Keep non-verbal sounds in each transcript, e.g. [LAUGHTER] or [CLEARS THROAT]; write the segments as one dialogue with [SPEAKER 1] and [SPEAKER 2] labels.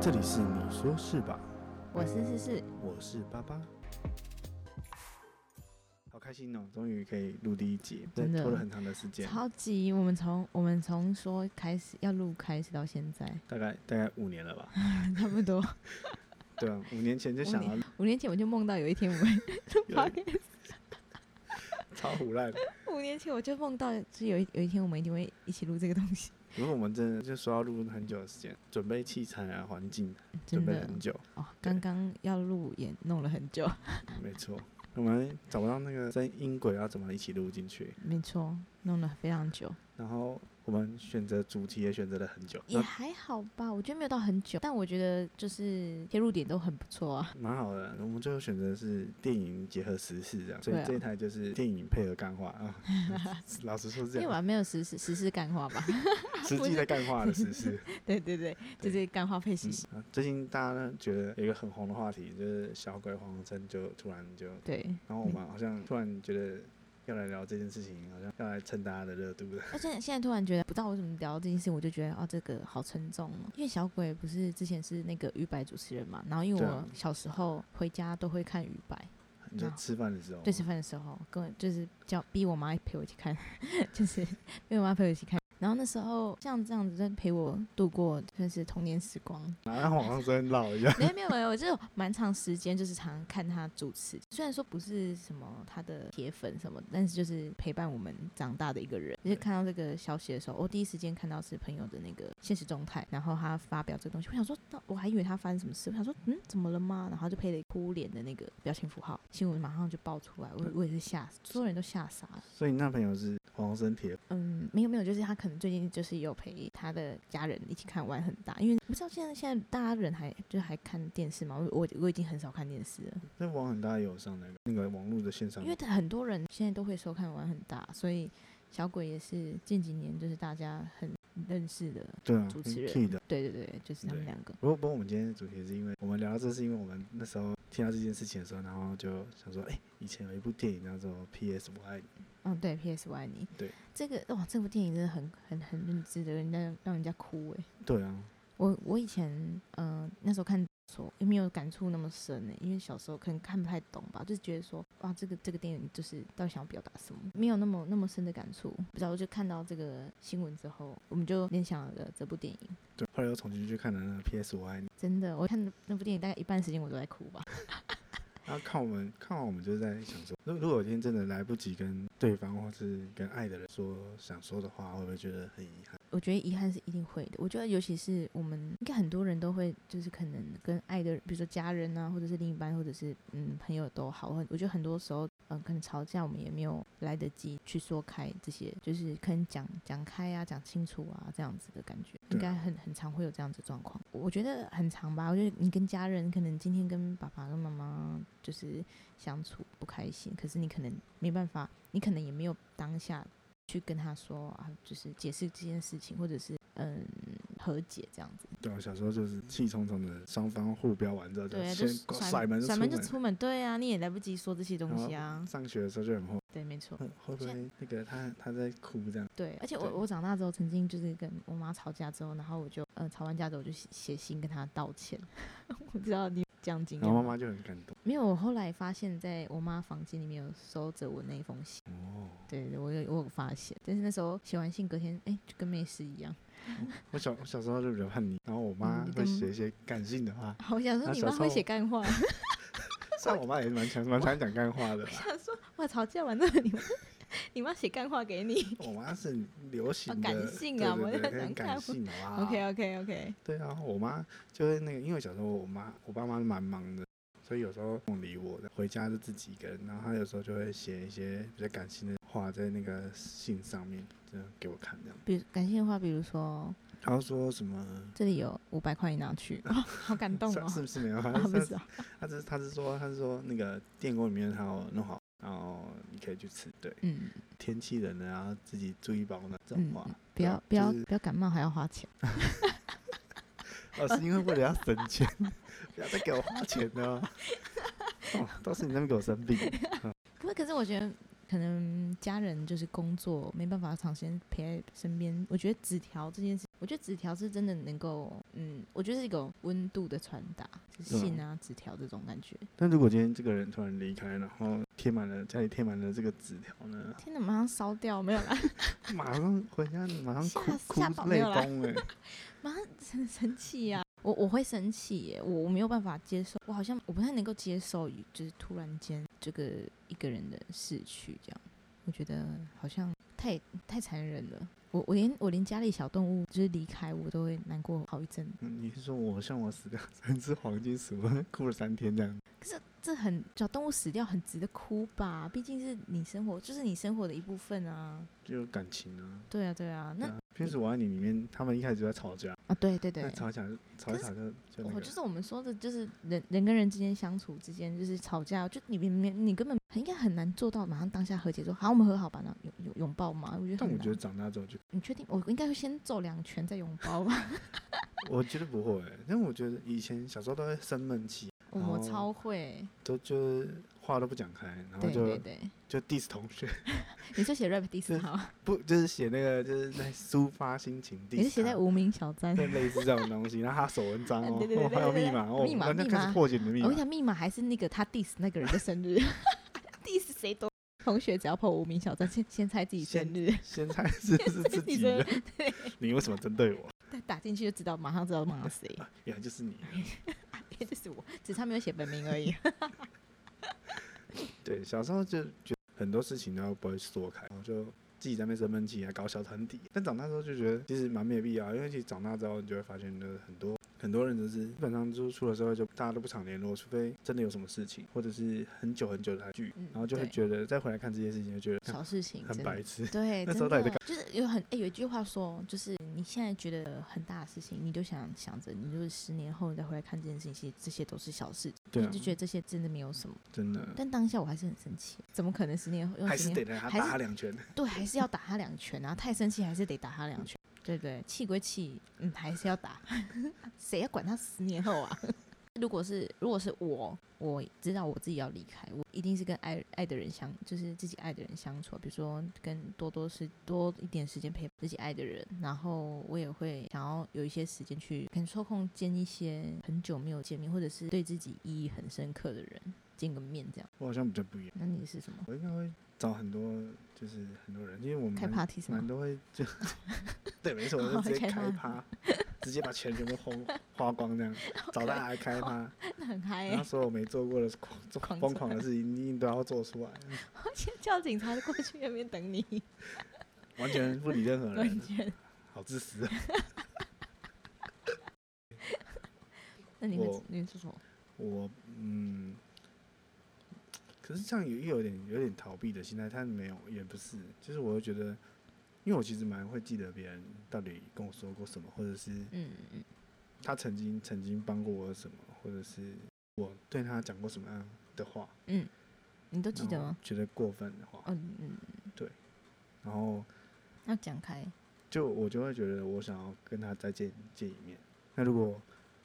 [SPEAKER 1] 这里是你说是吧？
[SPEAKER 2] 我是思思，
[SPEAKER 1] 我是巴巴，好开心哦，终于可以录第一集，
[SPEAKER 2] 真的
[SPEAKER 1] 拖了很长的时间，
[SPEAKER 2] 超级我们从我们从说开始要录开始到现在，
[SPEAKER 1] 大概大概五年了吧？
[SPEAKER 2] 差不多
[SPEAKER 1] 对
[SPEAKER 2] [LAUGHS]
[SPEAKER 1] 啊，五年前就想要
[SPEAKER 2] 五年前我就梦到有一天我会录 podcast，
[SPEAKER 1] 超胡乱，
[SPEAKER 2] 五年前我就梦到是有一有一天我们一定会一起录这个东西，
[SPEAKER 1] 因为我们真的就说要录很久的时间，准备器材啊、环境，准
[SPEAKER 2] 真
[SPEAKER 1] 备
[SPEAKER 2] 的
[SPEAKER 1] 很久，
[SPEAKER 2] 哦，刚刚要录也弄了很久，
[SPEAKER 1] 没错。我们找不到那个声音轨要怎么一起录进去，
[SPEAKER 2] 没错，弄了非常久，
[SPEAKER 1] 然后我们选择主题也选择了很久，
[SPEAKER 2] 也还好吧，我觉得没有到很久，但我觉得就是切入点都很不错啊，
[SPEAKER 1] 蛮好的，我们最后选择是电影结合时事这样，所以
[SPEAKER 2] 对啊
[SPEAKER 1] 这一台就是电影配合干话啊。 [LAUGHS] 老实说是啊这
[SPEAKER 2] 因为我
[SPEAKER 1] 样，
[SPEAKER 2] 还没有实时实事干话吧， [LAUGHS]
[SPEAKER 1] [LAUGHS] 实际的干话的时事。
[SPEAKER 2] 对对对，就是干话配实事，
[SPEAKER 1] 啊最近大家觉得有一个很红的话题，就是小鬼黄生就突然就，
[SPEAKER 2] 对，
[SPEAKER 1] 然后我们好像突然觉得要来聊这件事情，好像要来蹭大家的热度的。
[SPEAKER 2] 而且现在突然觉得，不知道为什么聊到这件事，我就觉得啊，这个好沉重哦。因为小鬼不是之前是那个鱼白主持人嘛，然后因为
[SPEAKER 1] 对啊
[SPEAKER 2] 我小时候回家都会看鱼白，
[SPEAKER 1] 你就吃饭的时候，
[SPEAKER 2] 对，吃饭的时候跟我就是叫逼我妈陪我一起看， [LAUGHS] 就是逼我妈陪我一起看。然后那时候像这样子在陪我度过算是童年时光，
[SPEAKER 1] 哪像黄生老一样。
[SPEAKER 2] 没有没有没有，我就有蛮长时间就是常看他主持，虽然说不是什么他的铁粉什么，但是就是陪伴我们长大的一个人。就是看到这个消息的时候，我第一时间看到是朋友的那个现实动态，然后他发表这个东西，我想说，到我还以为他发生什么事，我想说，嗯，怎么了吗？然后他就配了一个哭脸的那个表情符号，新闻马上就爆出来，我我也是吓，所有人都吓傻了。
[SPEAKER 1] [LAUGHS] 所以你那朋友是黄生铁
[SPEAKER 2] 嗯，没有没有，就是他可能最近就是也有陪他的家人一起看《玩很大》，因为不知道现在现在大家人还就还看电视嘛，我我我已经很少看电视了，
[SPEAKER 1] 那网很大也有上那个那个网络的线上
[SPEAKER 2] 因为很多人现在都会收看《玩很大》，所以小鬼也是近几年就是大家很认识的，
[SPEAKER 1] 对啊，
[SPEAKER 2] 主持人
[SPEAKER 1] key 的。
[SPEAKER 2] 对对对，就是他们
[SPEAKER 1] 对
[SPEAKER 2] 两个，
[SPEAKER 1] 不过，不过我们今天的主题是因为我们聊到这，是因为我们那时候听到这件事情的时候，然后就想说，哎、以前有一部电影叫做《P.S. 我爱你》，
[SPEAKER 2] 嗯，对，P.S. 我爱你，
[SPEAKER 1] 对，
[SPEAKER 2] 这个哇，这部电影真的很很很认真的，人家让人家哭哎、
[SPEAKER 1] 对啊，
[SPEAKER 2] 我我以前嗯、呃那时候看说也没有感触那么深呢、因为小时候可能看不太懂吧，就是觉得说哇这个这个电影就是到底想要表达什么，没有那么那么深的感触。不知道我就看到这个新闻之后，我们就联想了这部电影。
[SPEAKER 1] 对。后来又重新去看了那个《P.S. 我爱你》，
[SPEAKER 2] 真的，我看那部电影大概一半时间我都在哭吧。
[SPEAKER 1] 然后看我们看完，我们就是在想说，如如果有一天真的来不及跟对方或是跟爱的人说想说的话，会不会觉得很遗憾？
[SPEAKER 2] 我觉得遗憾是一定会的。我觉得尤其是我们应该很多人都会，就是可能跟爱的人，比如说家人啊，或者是另一半，或者是嗯朋友都好。我觉得很多时候，嗯，可能吵架我们也没有来得及去说开这些，就是可能讲讲开啊，讲清楚啊，这样子的感觉，
[SPEAKER 1] 对啊
[SPEAKER 2] 应该很很常会有这样子的状况。我觉得很常吧。我觉得你跟家人，可能今天跟爸爸跟妈妈就是相处不开心，可是你可能没办法，你可能也没有当下去跟他说啊，就是解释这件事情，或者是嗯和解这样子。
[SPEAKER 1] 对啊，小时候就是气冲冲的，双方互飙完之后，就
[SPEAKER 2] 对啊，
[SPEAKER 1] 先
[SPEAKER 2] 就
[SPEAKER 1] 甩门
[SPEAKER 2] 甩门
[SPEAKER 1] 门哦
[SPEAKER 2] 就出门，对啊，你也来不及说这些东西啊。
[SPEAKER 1] 上学的时候就很后，
[SPEAKER 2] 对，
[SPEAKER 1] [LAUGHS]
[SPEAKER 2] 没错，
[SPEAKER 1] 嗯会不会那个他他在哭这样？
[SPEAKER 2] 对。而且我
[SPEAKER 1] 对
[SPEAKER 2] 我长大之后，曾经就是跟我妈吵架之后，然后我就呃吵完架之后，我就写写信跟她道歉。 [LAUGHS] 我知道你有这样经
[SPEAKER 1] 然后妈妈
[SPEAKER 2] 验，
[SPEAKER 1] 就很感动。
[SPEAKER 2] 没有。我后来发现，在我妈房间里面有收着我那一封信，
[SPEAKER 1] 哦，
[SPEAKER 2] 对对，我有我有发现，但是那时候写完信，隔天哎就跟没事一样。 [LAUGHS]
[SPEAKER 1] 我小我小时候就比较叛逆，然后我妈
[SPEAKER 2] 嗯你
[SPEAKER 1] 会
[SPEAKER 2] 跟
[SPEAKER 1] 写一些感性的
[SPEAKER 2] [LAUGHS]
[SPEAKER 1] 话，
[SPEAKER 2] 好，我想说
[SPEAKER 1] 那
[SPEAKER 2] 你
[SPEAKER 1] 小
[SPEAKER 2] 妈
[SPEAKER 1] 时
[SPEAKER 2] 会
[SPEAKER 1] 候
[SPEAKER 2] 写干话。
[SPEAKER 1] 虽然我妈也蛮强蛮常讲干话的啦，
[SPEAKER 2] [LAUGHS] 他说：“哇，吵架完之后，你妈你妈写干话给你。 [LAUGHS]
[SPEAKER 1] 我妈是流行的
[SPEAKER 2] 哦感性啊
[SPEAKER 1] 对对对
[SPEAKER 2] 我在
[SPEAKER 1] 很
[SPEAKER 2] 讲
[SPEAKER 1] 感
[SPEAKER 2] 干话
[SPEAKER 1] 性的啊。
[SPEAKER 2] [LAUGHS] OK OK OK，
[SPEAKER 1] 对啊，我妈就是那个，因为小时候我妈我爸妈蛮忙的，所以有时候不理我，回家就自己一个人，然后她有时候就会写一些比较感性的话在那个信上面，这样给我看这样。
[SPEAKER 2] 比如感谢的话，比如说
[SPEAKER 1] 然后说什么？
[SPEAKER 2] 这里有五百块，你拿去，哦、 [LAUGHS] 好感动
[SPEAKER 1] 是
[SPEAKER 2] 哦。
[SPEAKER 1] 是不是没有？
[SPEAKER 2] [LAUGHS] 啊，不是啊，
[SPEAKER 1] 他是他是说他是说那个电锅里面还有弄好，然后你可以去吃。对，
[SPEAKER 2] 嗯，
[SPEAKER 1] 天气冷了，然后自己注意保暖这种话。
[SPEAKER 2] 嗯不要不
[SPEAKER 1] 对啊
[SPEAKER 2] 要
[SPEAKER 1] 就是
[SPEAKER 2] 不要感冒还要花钱，
[SPEAKER 1] 哦，是因为为了要省钱，
[SPEAKER 2] [LAUGHS]
[SPEAKER 1] 不要再给我花钱了哦。哦，都是你那边给我生
[SPEAKER 2] [LAUGHS]
[SPEAKER 1] 病。
[SPEAKER 2] 不是？可是我觉得可能家人就是工作没办法长时间陪在身边，我觉得纸条这件事我觉得纸条是真的能够，嗯，我觉得是一种温度的传达，就是
[SPEAKER 1] 对啊
[SPEAKER 2] 信啊、纸条这种感觉。
[SPEAKER 1] 但如果今天这个人突然离开，然后贴满了家里贴满了这个纸条呢，
[SPEAKER 2] 天哪，马上烧掉没有啦？
[SPEAKER 1] 马上回家马上
[SPEAKER 2] 吓
[SPEAKER 1] 哭
[SPEAKER 2] 吓
[SPEAKER 1] 哭
[SPEAKER 2] 跑
[SPEAKER 1] 泪
[SPEAKER 2] 没有啦
[SPEAKER 1] 崩哎、
[SPEAKER 2] 马上生生气呀、 [LAUGHS] 我我会生气耶，我我没有办法接受，我好像我不太能够接受，就是突然间这个一个人的逝去这样，我觉得好像太太残忍了。我我连我连家里小动物就是离开我都会难过好一阵，
[SPEAKER 1] 嗯你是说我像我死掉三只黄金鼠，我哭了三天这样？
[SPEAKER 2] 可是这很小动物死掉很值得哭吧？毕竟是你生活，就是你生活的一部分啊。
[SPEAKER 1] 就有感情啊。
[SPEAKER 2] 对啊对啊，那
[SPEAKER 1] 对啊平时我爱你里面，他们一开始就在吵架，
[SPEAKER 2] 啊对对对
[SPEAKER 1] 那，吵一吵就吵一
[SPEAKER 2] 可
[SPEAKER 1] 吵就就那
[SPEAKER 2] 我
[SPEAKER 1] 个
[SPEAKER 2] 哦就是我们说的，就是人人跟人之间相处之间，就是吵架，就你明明你根本应该很难做到马上当下和解说好我们和好吧，那拥拥拥抱嘛，我觉得
[SPEAKER 1] 但
[SPEAKER 2] 很
[SPEAKER 1] 我
[SPEAKER 2] 难。
[SPEAKER 1] 觉得长大之后就，
[SPEAKER 2] 你确定？我应该会先揍两拳再拥
[SPEAKER 1] [LAUGHS]
[SPEAKER 2] 抱吧？
[SPEAKER 1] 我觉得不会、欸，因为我觉得以前小时候都会生闷气，
[SPEAKER 2] 我
[SPEAKER 1] 哦
[SPEAKER 2] 我超会，
[SPEAKER 1] 都就是话都不讲开，然后
[SPEAKER 2] 对
[SPEAKER 1] 就 [LAUGHS]
[SPEAKER 2] 对对，
[SPEAKER 1] 就 diss 同学，
[SPEAKER 2] 你就写 rap diss
[SPEAKER 1] 对
[SPEAKER 2] 好，
[SPEAKER 1] 不就是写那个就是在抒发心情 diss，
[SPEAKER 2] 你是写在
[SPEAKER 1] 他
[SPEAKER 2] 无名小站。
[SPEAKER 1] 对类似这种东西，然后他手文章哦， [LAUGHS]
[SPEAKER 2] 对对对
[SPEAKER 1] 哦还有
[SPEAKER 2] 对对
[SPEAKER 1] 密码哦，
[SPEAKER 2] 密码
[SPEAKER 1] 我那
[SPEAKER 2] 密
[SPEAKER 1] 开始
[SPEAKER 2] 码
[SPEAKER 1] 破解你的密码
[SPEAKER 2] 我跟你，讲，密码还是那个他 diss 那个人的
[SPEAKER 1] [LAUGHS]
[SPEAKER 2] 生日 [LAUGHS] ，diss 谁都同学只要破无名小站，先先猜自己生
[SPEAKER 1] 先
[SPEAKER 2] 日，
[SPEAKER 1] 先猜是 [LAUGHS] 是自
[SPEAKER 2] [LAUGHS] 你
[SPEAKER 1] 己
[SPEAKER 2] 这
[SPEAKER 1] 的， [LAUGHS] 你为什么针对我？ [LAUGHS]
[SPEAKER 2] 再打进去就知道，马上知道骂谁。 [LAUGHS]
[SPEAKER 1] 啊原来就是你，
[SPEAKER 2] 这是我，只差没有写本名而已。
[SPEAKER 1] 对，小时候就觉得很多事情都不会说开，然后就自己在那边生闷气，还啊搞小团体。但长大之后就觉得其实蛮没必要，因为其实长大之后你就会发现，就是很多很多人就是基本上就是出了社会就大家都不常联络，除非真的有什么事情，或者是很久很久才聚，
[SPEAKER 2] 嗯
[SPEAKER 1] 然后就会
[SPEAKER 2] 对
[SPEAKER 1] 觉得再回来看这件事情，就觉得
[SPEAKER 2] 小事情，
[SPEAKER 1] 很
[SPEAKER 2] 真
[SPEAKER 1] 白 [LAUGHS]
[SPEAKER 2] 的。
[SPEAKER 1] 痴。
[SPEAKER 2] 对，
[SPEAKER 1] 那时候
[SPEAKER 2] 真
[SPEAKER 1] 到底
[SPEAKER 2] 的
[SPEAKER 1] 在
[SPEAKER 2] 就是有很哎、有一句话说，就是你现在觉得很大的事情，你就想想着，你就是十年后你再回来看这件事情，其实这些都是小事，
[SPEAKER 1] 对啊
[SPEAKER 2] 你就，觉得这些真的没有什么。
[SPEAKER 1] 真的
[SPEAKER 2] 但当下我还是很生气，怎么可能十年后？用
[SPEAKER 1] 还
[SPEAKER 2] 十
[SPEAKER 1] 是
[SPEAKER 2] 年
[SPEAKER 1] 得让他
[SPEAKER 2] 还是
[SPEAKER 1] 打他两拳。
[SPEAKER 2] 对，还是要打他两拳啊！太生气还是得打他两拳，对不对？气归气，嗯，还是要打， [LAUGHS] 谁要管他十年后啊？ [LAUGHS] 如果是如果是我，我知道我自己要离开，我一定是跟爱爱的人相，就是自己爱的人相处，啊比如说跟多多是多一点时间陪自己爱的人，然后我也会想要有一些时间去可能抽空见一些很久没有见面，或者是对自己意义很深刻的人见个面这样。
[SPEAKER 1] 我好像比较不一样，
[SPEAKER 2] 那你是什么？
[SPEAKER 1] 我应该会找很多就是很多人，因为我
[SPEAKER 2] 开
[SPEAKER 1] 们
[SPEAKER 2] party 是吗
[SPEAKER 1] 蛮？都会就， [LAUGHS] 对，没
[SPEAKER 2] [LAUGHS]
[SPEAKER 1] 错，我就
[SPEAKER 2] 哦
[SPEAKER 1] 直接
[SPEAKER 2] 开
[SPEAKER 1] 开趴
[SPEAKER 2] 趴，
[SPEAKER 1] 直接把钱全部轰花光
[SPEAKER 2] [LAUGHS]
[SPEAKER 1] 这样，找大家来开趴，
[SPEAKER 2] 那很嗨、欸
[SPEAKER 1] 然后。所有没做过的狂做
[SPEAKER 2] 狂
[SPEAKER 1] 疯
[SPEAKER 2] 做
[SPEAKER 1] 狂的事情，你都要做出来，
[SPEAKER 2] 先 [LAUGHS] 叫警察过去那边等你。
[SPEAKER 1] 完全不理任何
[SPEAKER 2] [LAUGHS] 完
[SPEAKER 1] 人，
[SPEAKER 2] 全。
[SPEAKER 1] 好自私啊！
[SPEAKER 2] 那你会
[SPEAKER 1] 我
[SPEAKER 2] 你会做什么？
[SPEAKER 1] 我嗯，可是这样也又有点有点逃避的心态，但没有，也不是，就是我会觉得，因为我其实蛮会记得别人到底跟我说过什么，或者是
[SPEAKER 2] 嗯嗯
[SPEAKER 1] 他曾经曾经帮过我什么，或者是我对他讲过什么样的话。
[SPEAKER 2] 嗯，你都记得吗？？
[SPEAKER 1] 觉得过分的话，
[SPEAKER 2] 嗯嗯，
[SPEAKER 1] 然后
[SPEAKER 2] 要讲开。
[SPEAKER 1] 就我就会觉得我想要跟他再见见一面。那如果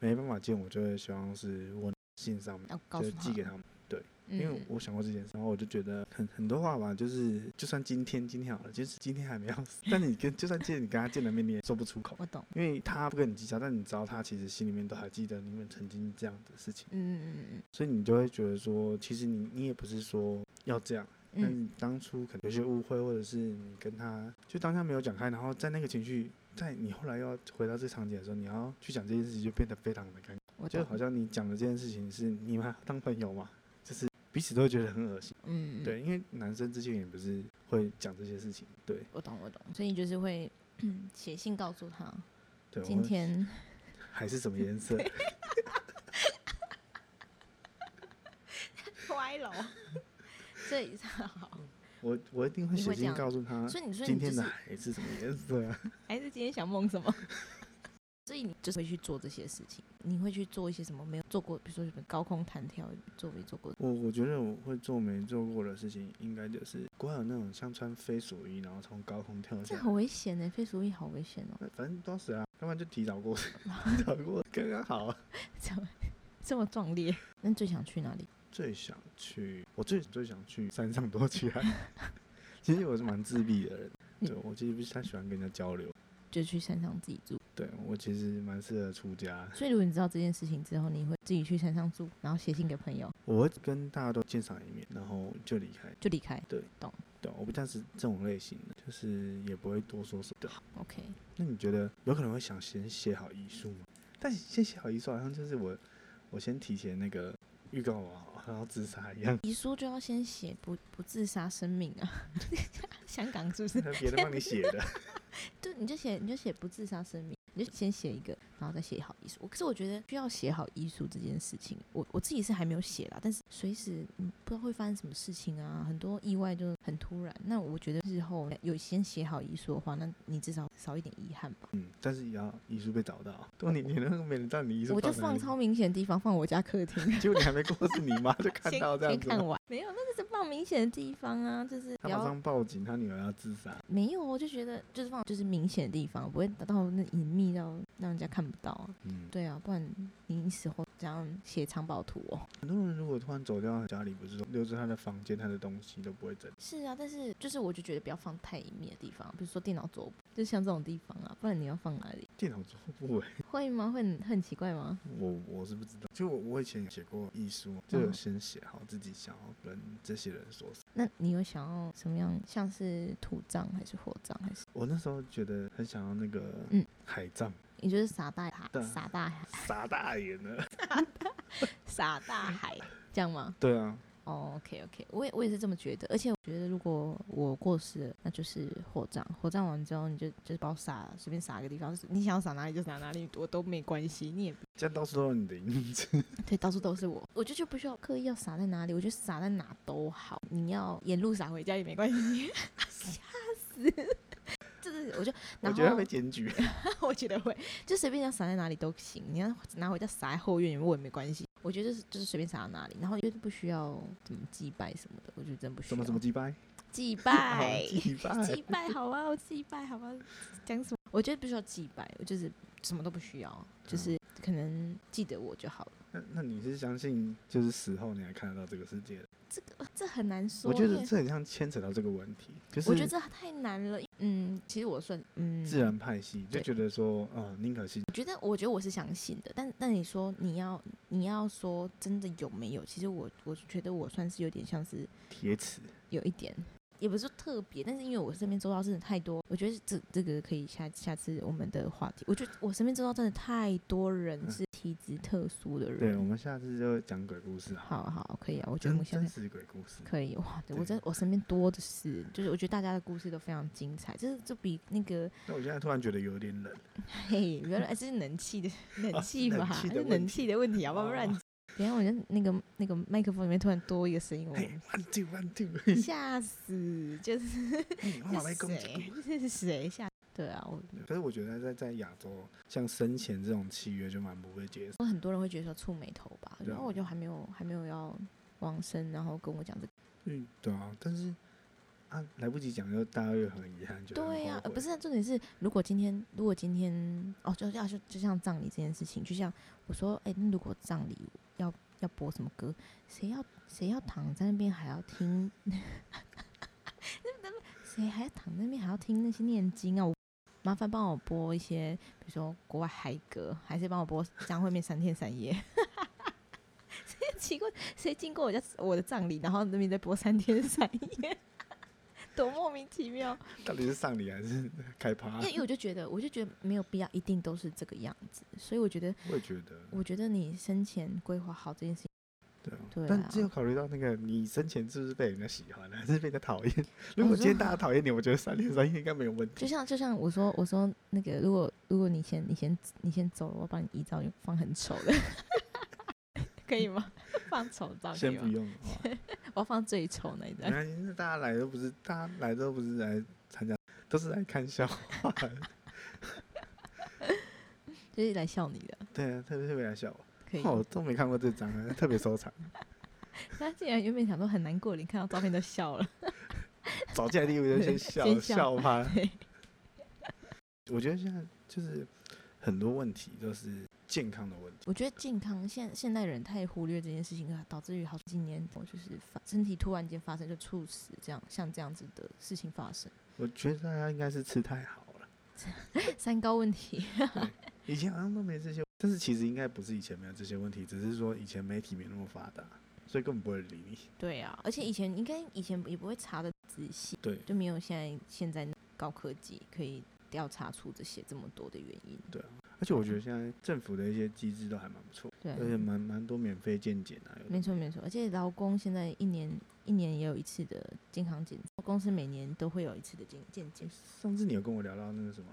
[SPEAKER 1] 没办法见，我就会希望是我信上面
[SPEAKER 2] 要告
[SPEAKER 1] 就
[SPEAKER 2] 诉
[SPEAKER 1] 是
[SPEAKER 2] 他
[SPEAKER 1] 寄给他们，
[SPEAKER 2] 嗯
[SPEAKER 1] 因为我想过这件事，然后我就觉得很很多话吧，就是就算今天今天好了，就是今天还没有死，但你跟就算见你跟他见了面，你也说不出口，
[SPEAKER 2] 我懂。
[SPEAKER 1] 因为他不跟你计较，但你知道他其实心里面都还记得你们曾经这样的事情，
[SPEAKER 2] 嗯嗯
[SPEAKER 1] 所以你就会觉得说，其实你你也不是说要这样。
[SPEAKER 2] 嗯
[SPEAKER 1] 那
[SPEAKER 2] 嗯
[SPEAKER 1] 你当初可能有些误会，或者是你跟他就当下没有讲开，然后在那个情绪，在你后来要回到这场景的时候，你要去讲这件事情，就变得非常的尴尬，
[SPEAKER 2] 嗯，我
[SPEAKER 1] 就
[SPEAKER 2] 懂。
[SPEAKER 1] 好像你讲的这件事情是你们还当朋友嘛，就是彼此都会觉得很恶心。
[SPEAKER 2] 嗯，嗯，
[SPEAKER 1] 对，因为男生之间也不是会讲这些事情。对
[SPEAKER 2] 我懂我懂。所以你就是会 [CLEARS THROAT] 写信告诉他，
[SPEAKER 1] 对，我
[SPEAKER 2] 今
[SPEAKER 1] 们
[SPEAKER 2] 天
[SPEAKER 1] 还是什么颜
[SPEAKER 2] [LAUGHS]
[SPEAKER 1] 色？
[SPEAKER 2] [LAUGHS] 歪楼。这一下
[SPEAKER 1] [LAUGHS]
[SPEAKER 2] 好，
[SPEAKER 1] 我我一定会
[SPEAKER 2] 你
[SPEAKER 1] 写
[SPEAKER 2] 会这
[SPEAKER 1] 信
[SPEAKER 2] 样
[SPEAKER 1] 告诉他，
[SPEAKER 2] 所以你所以
[SPEAKER 1] 今
[SPEAKER 2] 你就
[SPEAKER 1] 天
[SPEAKER 2] 是
[SPEAKER 1] 的海是什么颜色啊？
[SPEAKER 2] 还是今天想梦什么？ [LAUGHS] 所以你就是会去做这些事情，你会去做一些什么没有做过，比如说什么高空弹跳，做没做过？
[SPEAKER 1] 我我觉得我会做没做过的事情，应该就是国外有那种像穿飞鼠衣，然后从高空跳下
[SPEAKER 2] 这
[SPEAKER 1] 来
[SPEAKER 2] 好。危险欸呢，飞鼠翼好危险哦。
[SPEAKER 1] 那反正当时啊，要不然就提
[SPEAKER 2] [LAUGHS]
[SPEAKER 1] 早过，提早过刚刚好啊。
[SPEAKER 2] 这么 [LAUGHS] 这么壮烈。那你最想去哪里？
[SPEAKER 1] 最想去，我最最想去山上 [LAUGHS] 多起来。其实我是蛮自闭的人，
[SPEAKER 2] 嗯
[SPEAKER 1] 对我其实不是太喜欢跟人家交流，
[SPEAKER 2] 就去山上自己住。
[SPEAKER 1] 对我其实蛮适合出家的，
[SPEAKER 2] 所以如果你知道这件事情之后，你会自己去山上住，然后写信给朋友，
[SPEAKER 1] 我会跟大家都见上一面，然后就离开。
[SPEAKER 2] 就离开。
[SPEAKER 1] 对，我不像是这种类型的，就是也不会多说什么。对
[SPEAKER 2] OK，，
[SPEAKER 1] 那你觉得有可能会想先写好遗书吗？但先写好遗书好像就是我，我先提前那个预告我好，然后自杀一样 [LAUGHS]
[SPEAKER 2] 遗书就要先写不不自杀声明啊， [LAUGHS] 香港是不是？
[SPEAKER 1] 别人帮你写的。
[SPEAKER 2] 对，你 [LAUGHS] 就写你就写不自杀声明，你就先写一个，然后再写好遗书。我可是我觉得需要写好遗书这件事情，我我自己是还没有写啦，但是随时嗯不知道会发生什么事情啊，很多意外就很突然。那我觉得日后有先写好遗书的话，那你至少少一点遗憾吧。
[SPEAKER 1] 嗯，但是也要遗书被找到，多你你那个没人知道你遗书
[SPEAKER 2] 我就
[SPEAKER 1] 放哪
[SPEAKER 2] 放
[SPEAKER 1] 里
[SPEAKER 2] 超明显的地方，放我家客
[SPEAKER 1] [LAUGHS]
[SPEAKER 2] 厅。
[SPEAKER 1] 结果你还没过世，你妈就看
[SPEAKER 2] 先
[SPEAKER 1] 到这样
[SPEAKER 2] 先
[SPEAKER 1] 子
[SPEAKER 2] 看
[SPEAKER 1] 吗。
[SPEAKER 2] 完，没有，那就是放明显的地方啊，就是
[SPEAKER 1] 他
[SPEAKER 2] 不
[SPEAKER 1] 马
[SPEAKER 2] 要
[SPEAKER 1] 上报警，他女儿要自杀。
[SPEAKER 2] 没有，我就觉得就是放就是明显的地方，不会达到那隐秘到让人家看不到啊。
[SPEAKER 1] 嗯，
[SPEAKER 2] 对啊，不然你你死后这样写藏宝图哦。
[SPEAKER 1] 很多人如果突然走掉，家里不是都留着他的房间、他的东西都不会整理。
[SPEAKER 2] 是啊，但是就是我就觉得不要放太隐秘的地方，比如说电脑桌，就像这种地方啊，不然你要放哪里？ [LAUGHS]
[SPEAKER 1] 电脑桌布哎，
[SPEAKER 2] 会吗？会很很奇怪吗？
[SPEAKER 1] 我我是不知道。就我我以前写过遗书，就有
[SPEAKER 2] 嗯
[SPEAKER 1] 先写好自己想要跟这些人说什么。
[SPEAKER 2] 那你有想要什么样？像是土葬还是火葬还是？
[SPEAKER 1] 我那时候觉得很想要那个
[SPEAKER 2] 嗯
[SPEAKER 1] 海葬，
[SPEAKER 2] 你就是撒大海
[SPEAKER 1] 对，啊
[SPEAKER 2] 撒大海，
[SPEAKER 1] 傻大眼的。
[SPEAKER 2] [LAUGHS] 撒大海，这样吗？
[SPEAKER 1] 对啊，
[SPEAKER 2] 哦、o k OK，我也我也是这么觉得，而且我觉得如果我过世了，那就是火葬，火葬完之后你就就是把我撒，随便撒个地方，你想要撒哪里就撒哪里，我都没关系，你也
[SPEAKER 1] 这样到处都有你的影
[SPEAKER 2] [LAUGHS]
[SPEAKER 1] 子。
[SPEAKER 2] 对，到处都是我，我就就不需要刻意要撒在哪里，我觉得撒在哪都好，你要沿路撒回家也没关系， [LAUGHS] 吓死， [LAUGHS] 就是我就
[SPEAKER 1] 我
[SPEAKER 2] 然
[SPEAKER 1] 觉得他
[SPEAKER 2] 后
[SPEAKER 1] 被检举。
[SPEAKER 2] [LAUGHS] 我觉得会，就随便要撒在哪里都行，你要拿回家撒在后院里面我也没关系，我觉得就是就是随便撒到哪里，然后又不需要怎么祭拜什么的，我觉得真不
[SPEAKER 1] [LAUGHS]
[SPEAKER 2] 需
[SPEAKER 1] 什
[SPEAKER 2] 要 [LAUGHS]
[SPEAKER 1] 么什么祭拜？
[SPEAKER 2] 祭
[SPEAKER 1] 好
[SPEAKER 2] 拜，
[SPEAKER 1] 祭拜
[SPEAKER 2] 祭。拜好啊，我祭拜好啊，讲什么？我觉得不需要祭拜，我就是什么都不需要，就是可能记得我就好了。
[SPEAKER 1] 那那你是相信就是死后你还看得到这个世界的？
[SPEAKER 2] 这个呃这很难说，
[SPEAKER 1] 我觉
[SPEAKER 2] 因
[SPEAKER 1] 得
[SPEAKER 2] 为
[SPEAKER 1] 这很像牵扯到这个问题，就
[SPEAKER 2] 我觉
[SPEAKER 1] 是
[SPEAKER 2] 得这太难了。嗯，其实我算嗯，
[SPEAKER 1] 自然派系就
[SPEAKER 2] 对
[SPEAKER 1] 觉得说，嗯，宁可信
[SPEAKER 2] 我觉得我觉得我是相信的，但但你说你要你要说真的有没有？其实我我觉得我算是有点像是
[SPEAKER 1] 铁齿。
[SPEAKER 2] 有一点，也不是说特别，但是因为我身边周遭真的太多，我觉得这这个可以下下次我们的话题。我觉得我身边周遭真的太多人
[SPEAKER 1] 嗯
[SPEAKER 2] 是体质特殊的
[SPEAKER 1] 对，
[SPEAKER 2] 人。
[SPEAKER 1] 我们下次就讲鬼故事好了，
[SPEAKER 2] 好好可以啊，我觉
[SPEAKER 1] 真
[SPEAKER 2] 得我们现
[SPEAKER 1] 真
[SPEAKER 2] 在
[SPEAKER 1] 实鬼故事。
[SPEAKER 2] 可以哇！
[SPEAKER 1] 对
[SPEAKER 2] 我真我身边多的是，就是我觉得大家的故事都非常精彩，就是就比那个
[SPEAKER 1] 那我现在突然觉得有点冷，
[SPEAKER 2] [LAUGHS] 嘿，原来这是冷气的冷气
[SPEAKER 1] 啊冷
[SPEAKER 2] 吧，
[SPEAKER 1] 气的
[SPEAKER 2] 这
[SPEAKER 1] 问
[SPEAKER 2] 冷
[SPEAKER 1] 题
[SPEAKER 2] 气的问题，好不好？
[SPEAKER 1] 哦
[SPEAKER 2] 不然 [LAUGHS] 等一下我觉得那个那个麦克风里面突然多一个声音，
[SPEAKER 1] 嘿
[SPEAKER 2] 我
[SPEAKER 1] ，one two [LAUGHS] one
[SPEAKER 2] [LAUGHS]
[SPEAKER 1] two，
[SPEAKER 2] 吓死！就是
[SPEAKER 1] 嘿我马来公主。
[SPEAKER 2] 谁？这是 [LAUGHS] 谁吓？对啊，我
[SPEAKER 1] 可是我觉得在在亚洲，像生前这种契约就蛮不被接受。
[SPEAKER 2] 我很多人会觉得说触眉头吧，
[SPEAKER 1] 对啊
[SPEAKER 2] 然后我就还没有还没有要往生，然后跟我讲这个，
[SPEAKER 1] 嗯，对啊，但是啊，来不及讲，就大家又很遗憾，觉得
[SPEAKER 2] 对
[SPEAKER 1] 呀、
[SPEAKER 2] 啊，呃不是啊重点是，如果今天如果今天哦，就要就就像葬礼这件事情，就像我说，哎，那如果葬礼要要播什么歌，谁要谁要躺在那边还要听， [LAUGHS] 谁还躺在那边还要听那些念经啊？我麻烦帮我播一些，比如说国外嗨歌，还是帮我播张惠妹《三天三夜》。 [LAUGHS] 谁奇怪，谁经过我家我的葬礼，然后那边在播《三天三夜》， [LAUGHS] 多莫名其妙。
[SPEAKER 1] 到底是上礼还
[SPEAKER 2] [LAUGHS]
[SPEAKER 1] 是开趴
[SPEAKER 2] 因？为因为我就觉得，我就觉得没有必要一定都是这个样子，所以我觉得，
[SPEAKER 1] 我也觉得，
[SPEAKER 2] 我觉得你生前规划好这件事情，
[SPEAKER 1] 对啊，
[SPEAKER 2] 对啊
[SPEAKER 1] 但只有考虑到那个你生前是不是被人家喜欢，还是被人家讨
[SPEAKER 2] [LAUGHS]
[SPEAKER 1] 厌？如
[SPEAKER 2] 我
[SPEAKER 1] 果
[SPEAKER 2] 说
[SPEAKER 1] 今天大家讨厌你，我觉得三天三夜应该没有问
[SPEAKER 2] 就
[SPEAKER 1] 题。
[SPEAKER 2] 像就像我说我说那个，如果如果你先你先你先走了，我帮你遗照放很丑的， [LAUGHS] 可以吗？ [LAUGHS] 放丑照可
[SPEAKER 1] 先
[SPEAKER 2] 以
[SPEAKER 1] 不嗯
[SPEAKER 2] 吗？ [LAUGHS]
[SPEAKER 1] 用的话，
[SPEAKER 2] 我要放最丑那一
[SPEAKER 1] 没
[SPEAKER 2] 张。
[SPEAKER 1] 关系，那大家来都不是，大家来都不是来参加，都是来看笑话的。 [LAUGHS]
[SPEAKER 2] 就是来笑你的，
[SPEAKER 1] 对啊，特别特别来笑我。
[SPEAKER 2] 可以。
[SPEAKER 1] 哦，我都没看过这张啊，特别收藏。
[SPEAKER 2] 他竟然原本想说很难过，连看到照片都笑了。 [LAUGHS]
[SPEAKER 1] 早进来第一个就先笑
[SPEAKER 2] 先笑
[SPEAKER 1] 笑趴
[SPEAKER 2] [LAUGHS] 对。
[SPEAKER 1] 我觉得现在就是很多问题都是健康的问题。
[SPEAKER 2] 我觉得健康现现代人太忽略这件事情了，导致于好几年我就是发身体突然间发生就猝死这样像这样子的事情发生。
[SPEAKER 1] 我觉得大家应该是吃太好了，
[SPEAKER 2] 三高问题。 [LAUGHS]
[SPEAKER 1] 以前好像都没这些，但是其实应该不是以前没有这些问题，只是说以前媒体没那么发达，所以根本不会理你。
[SPEAKER 2] 对啊，而且以前应该以前也不会查的仔细，
[SPEAKER 1] 对
[SPEAKER 2] 就没有现在现在高科技可以调查出这些这么多的原因。
[SPEAKER 1] 而且我觉得现在政府的一些机制都还蛮不错，
[SPEAKER 2] 对，啊
[SPEAKER 1] 而且蛮蛮多免费健检啊，有的
[SPEAKER 2] 没错没错，而且劳工现在一年一年也有一次的健康检查，公司每年都会有一次的健健检。
[SPEAKER 1] 上次你有跟我聊到那个什么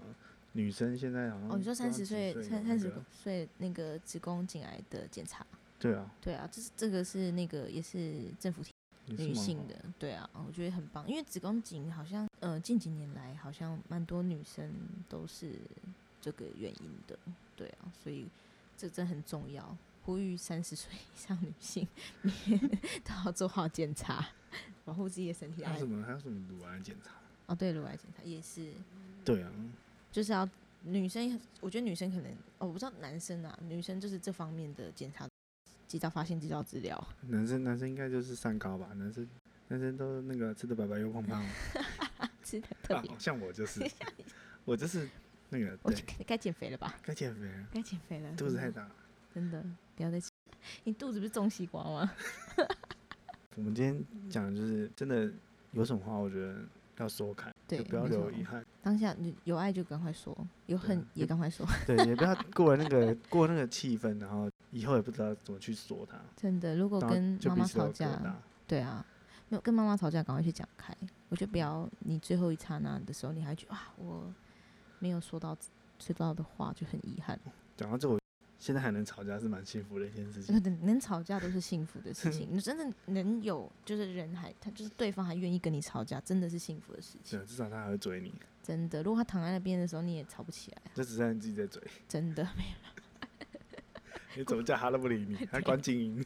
[SPEAKER 1] 女生现在好像
[SPEAKER 2] 哦，你说三十
[SPEAKER 1] 不知道
[SPEAKER 2] 岁
[SPEAKER 1] 几有
[SPEAKER 2] 三
[SPEAKER 1] 那
[SPEAKER 2] 三十
[SPEAKER 1] 个
[SPEAKER 2] 岁那个子宫颈癌的检查？
[SPEAKER 1] 对啊，
[SPEAKER 2] 对啊，这是这个是那个也是政府提
[SPEAKER 1] 也是
[SPEAKER 2] 女
[SPEAKER 1] 蛮
[SPEAKER 2] 性
[SPEAKER 1] 好
[SPEAKER 2] 的，对啊，我觉得很棒，因为子宫颈好像呃近几年来好像蛮多女生都是这个原因的，对啊，所以这真的很重要，呼吁三十岁以上女性每年 [LAUGHS] 都要做好检查，保护自己的身体
[SPEAKER 1] 还有
[SPEAKER 2] 安
[SPEAKER 1] 什。么还有什么乳癌检查？
[SPEAKER 2] 哦，对，乳癌检查也是，
[SPEAKER 1] 对啊，
[SPEAKER 2] 就是要女生，我觉得女生可能哦，我不知道男生啊，女生就是这方面的检查，及早发现，及早治疗。
[SPEAKER 1] 男生男生应该就是三高吧，男生男生都那个吃的白白又胖胖，
[SPEAKER 2] 是的，特别
[SPEAKER 1] 啊，像我就是我就是那个
[SPEAKER 2] [LAUGHS] 我
[SPEAKER 1] 对
[SPEAKER 2] 觉，得该减肥了吧？
[SPEAKER 1] 该减肥了，
[SPEAKER 2] 该减肥了，嗯
[SPEAKER 1] 肚子
[SPEAKER 2] 真
[SPEAKER 1] 太
[SPEAKER 2] 的
[SPEAKER 1] 大了。
[SPEAKER 2] 真的不要再吃。你肚子不是种西
[SPEAKER 1] [LAUGHS]
[SPEAKER 2] 瓜吗？
[SPEAKER 1] 我们今天讲的就是真的有什么话，我觉得要说开，
[SPEAKER 2] 对，
[SPEAKER 1] 就不要
[SPEAKER 2] 没
[SPEAKER 1] 留
[SPEAKER 2] 错
[SPEAKER 1] 遗。憾，
[SPEAKER 2] 当下你有爱就赶快说，有
[SPEAKER 1] 对
[SPEAKER 2] 恨也
[SPEAKER 1] 也
[SPEAKER 2] 赶快
[SPEAKER 1] [LAUGHS]
[SPEAKER 2] 说。
[SPEAKER 1] 对，也不要过那个过那个气氛，然后以后也不知道怎么去说它。
[SPEAKER 2] 真的，如果
[SPEAKER 1] 然后
[SPEAKER 2] 跟
[SPEAKER 1] 就
[SPEAKER 2] 妈
[SPEAKER 1] 彼
[SPEAKER 2] 妈
[SPEAKER 1] 此都
[SPEAKER 2] 吵
[SPEAKER 1] 有
[SPEAKER 2] 架
[SPEAKER 1] 疙，瘩
[SPEAKER 2] 对啊，没有跟妈妈吵架，赶快去讲开。
[SPEAKER 1] 嗯
[SPEAKER 2] 我觉得不要你最后一刹那的时候，你还觉得啊，我没有说到说到的话就很遗憾。 [LAUGHS]
[SPEAKER 1] 讲到这，我现在还能吵架是蛮幸福的一件事情。
[SPEAKER 2] 能能吵架都是幸福的事
[SPEAKER 1] [LAUGHS]
[SPEAKER 2] 情，你真的能有就是人还他就是对方还愿意跟你吵架，真的是幸福的事情
[SPEAKER 1] 对，。啊至少他还会追你，
[SPEAKER 2] 真的，如果他躺在那边的时候你也吵不起来，
[SPEAKER 1] 就只剩下你自己在追，
[SPEAKER 2] 真的。
[SPEAKER 1] 你怎么叫他都不理
[SPEAKER 2] [LAUGHS]
[SPEAKER 1] 你，他关静音。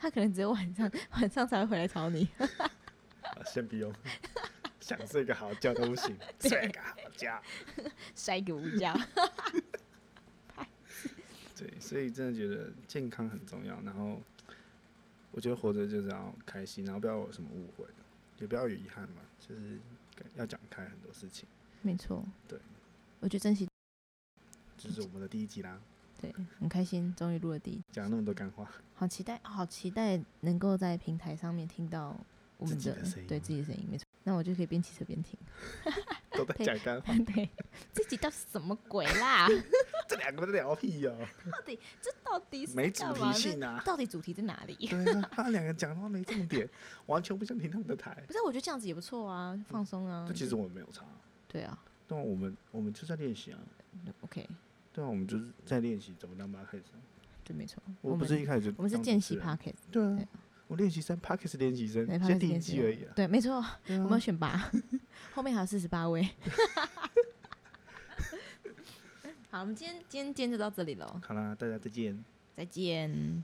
[SPEAKER 2] 他可能只有晚上晚上才会回来
[SPEAKER 1] [LAUGHS]
[SPEAKER 2] 找你。
[SPEAKER 1] 啊先不用， [LAUGHS] 想睡个好觉都不
[SPEAKER 2] [LAUGHS]
[SPEAKER 1] 行，睡个好觉。
[SPEAKER 2] 晒个午觉。
[SPEAKER 1] 对，所以真的觉得健康很重要。然后，我觉得活着就是要开心，然后不要有什么误会，也不要有遗憾嘛，就是要讲开很多事情。
[SPEAKER 2] [LAUGHS] 没错，
[SPEAKER 1] 对，
[SPEAKER 2] 我觉得珍惜，
[SPEAKER 1] 这是我们的第一集啦，
[SPEAKER 2] 对，很开心，终于录了第一，
[SPEAKER 1] 讲了那么多干话，
[SPEAKER 2] 好期待，好期待能够在平台上面听到我们
[SPEAKER 1] 自己
[SPEAKER 2] 的
[SPEAKER 1] 的声音
[SPEAKER 2] 对自己的声音，没错。那我就可以边骑车边
[SPEAKER 1] [LAUGHS]
[SPEAKER 2] 听，
[SPEAKER 1] 都在
[SPEAKER 2] 对
[SPEAKER 1] 讲干话，
[SPEAKER 2] 对，自己到底什么鬼啦？ [LAUGHS]
[SPEAKER 1] 这两个在聊屁哦、
[SPEAKER 2] 到底这到底是
[SPEAKER 1] 没
[SPEAKER 2] 在
[SPEAKER 1] 主
[SPEAKER 2] 干
[SPEAKER 1] 题
[SPEAKER 2] 嘛？
[SPEAKER 1] 性
[SPEAKER 2] 这
[SPEAKER 1] 啊。
[SPEAKER 2] 到底主题在哪里？ [LAUGHS]
[SPEAKER 1] 对啊，他两个讲话没重点，完全不想听他们的台。
[SPEAKER 2] 不是，我觉得这样子也不错啊，放松啊
[SPEAKER 1] 但。其实我们没有差，
[SPEAKER 2] 对啊嗯
[SPEAKER 1] 那我们我们就在练习啊，
[SPEAKER 2] ，OK，
[SPEAKER 1] 对啊，我们就是在练习怎么当 p o d c a s
[SPEAKER 2] 对，没错。
[SPEAKER 1] 我不
[SPEAKER 2] 们
[SPEAKER 1] 是一开始就
[SPEAKER 2] 我们是
[SPEAKER 1] 当主
[SPEAKER 2] 见
[SPEAKER 1] 持
[SPEAKER 2] 习
[SPEAKER 1] 人
[SPEAKER 2] Pocket，
[SPEAKER 1] 对啊
[SPEAKER 2] 对，
[SPEAKER 1] 我练习生 p o d c a s 练习生
[SPEAKER 2] 对，，Pocket
[SPEAKER 1] 先第一
[SPEAKER 2] 练习
[SPEAKER 1] 季
[SPEAKER 2] 生
[SPEAKER 1] 而已啊。
[SPEAKER 2] 对，没错，
[SPEAKER 1] 对啊
[SPEAKER 2] 我们要选拔， [LAUGHS] 后面还有四十八位。 [LAUGHS] 好，我们今天今天今天就到这里喽，
[SPEAKER 1] 好啦，大家再见。
[SPEAKER 2] 再见。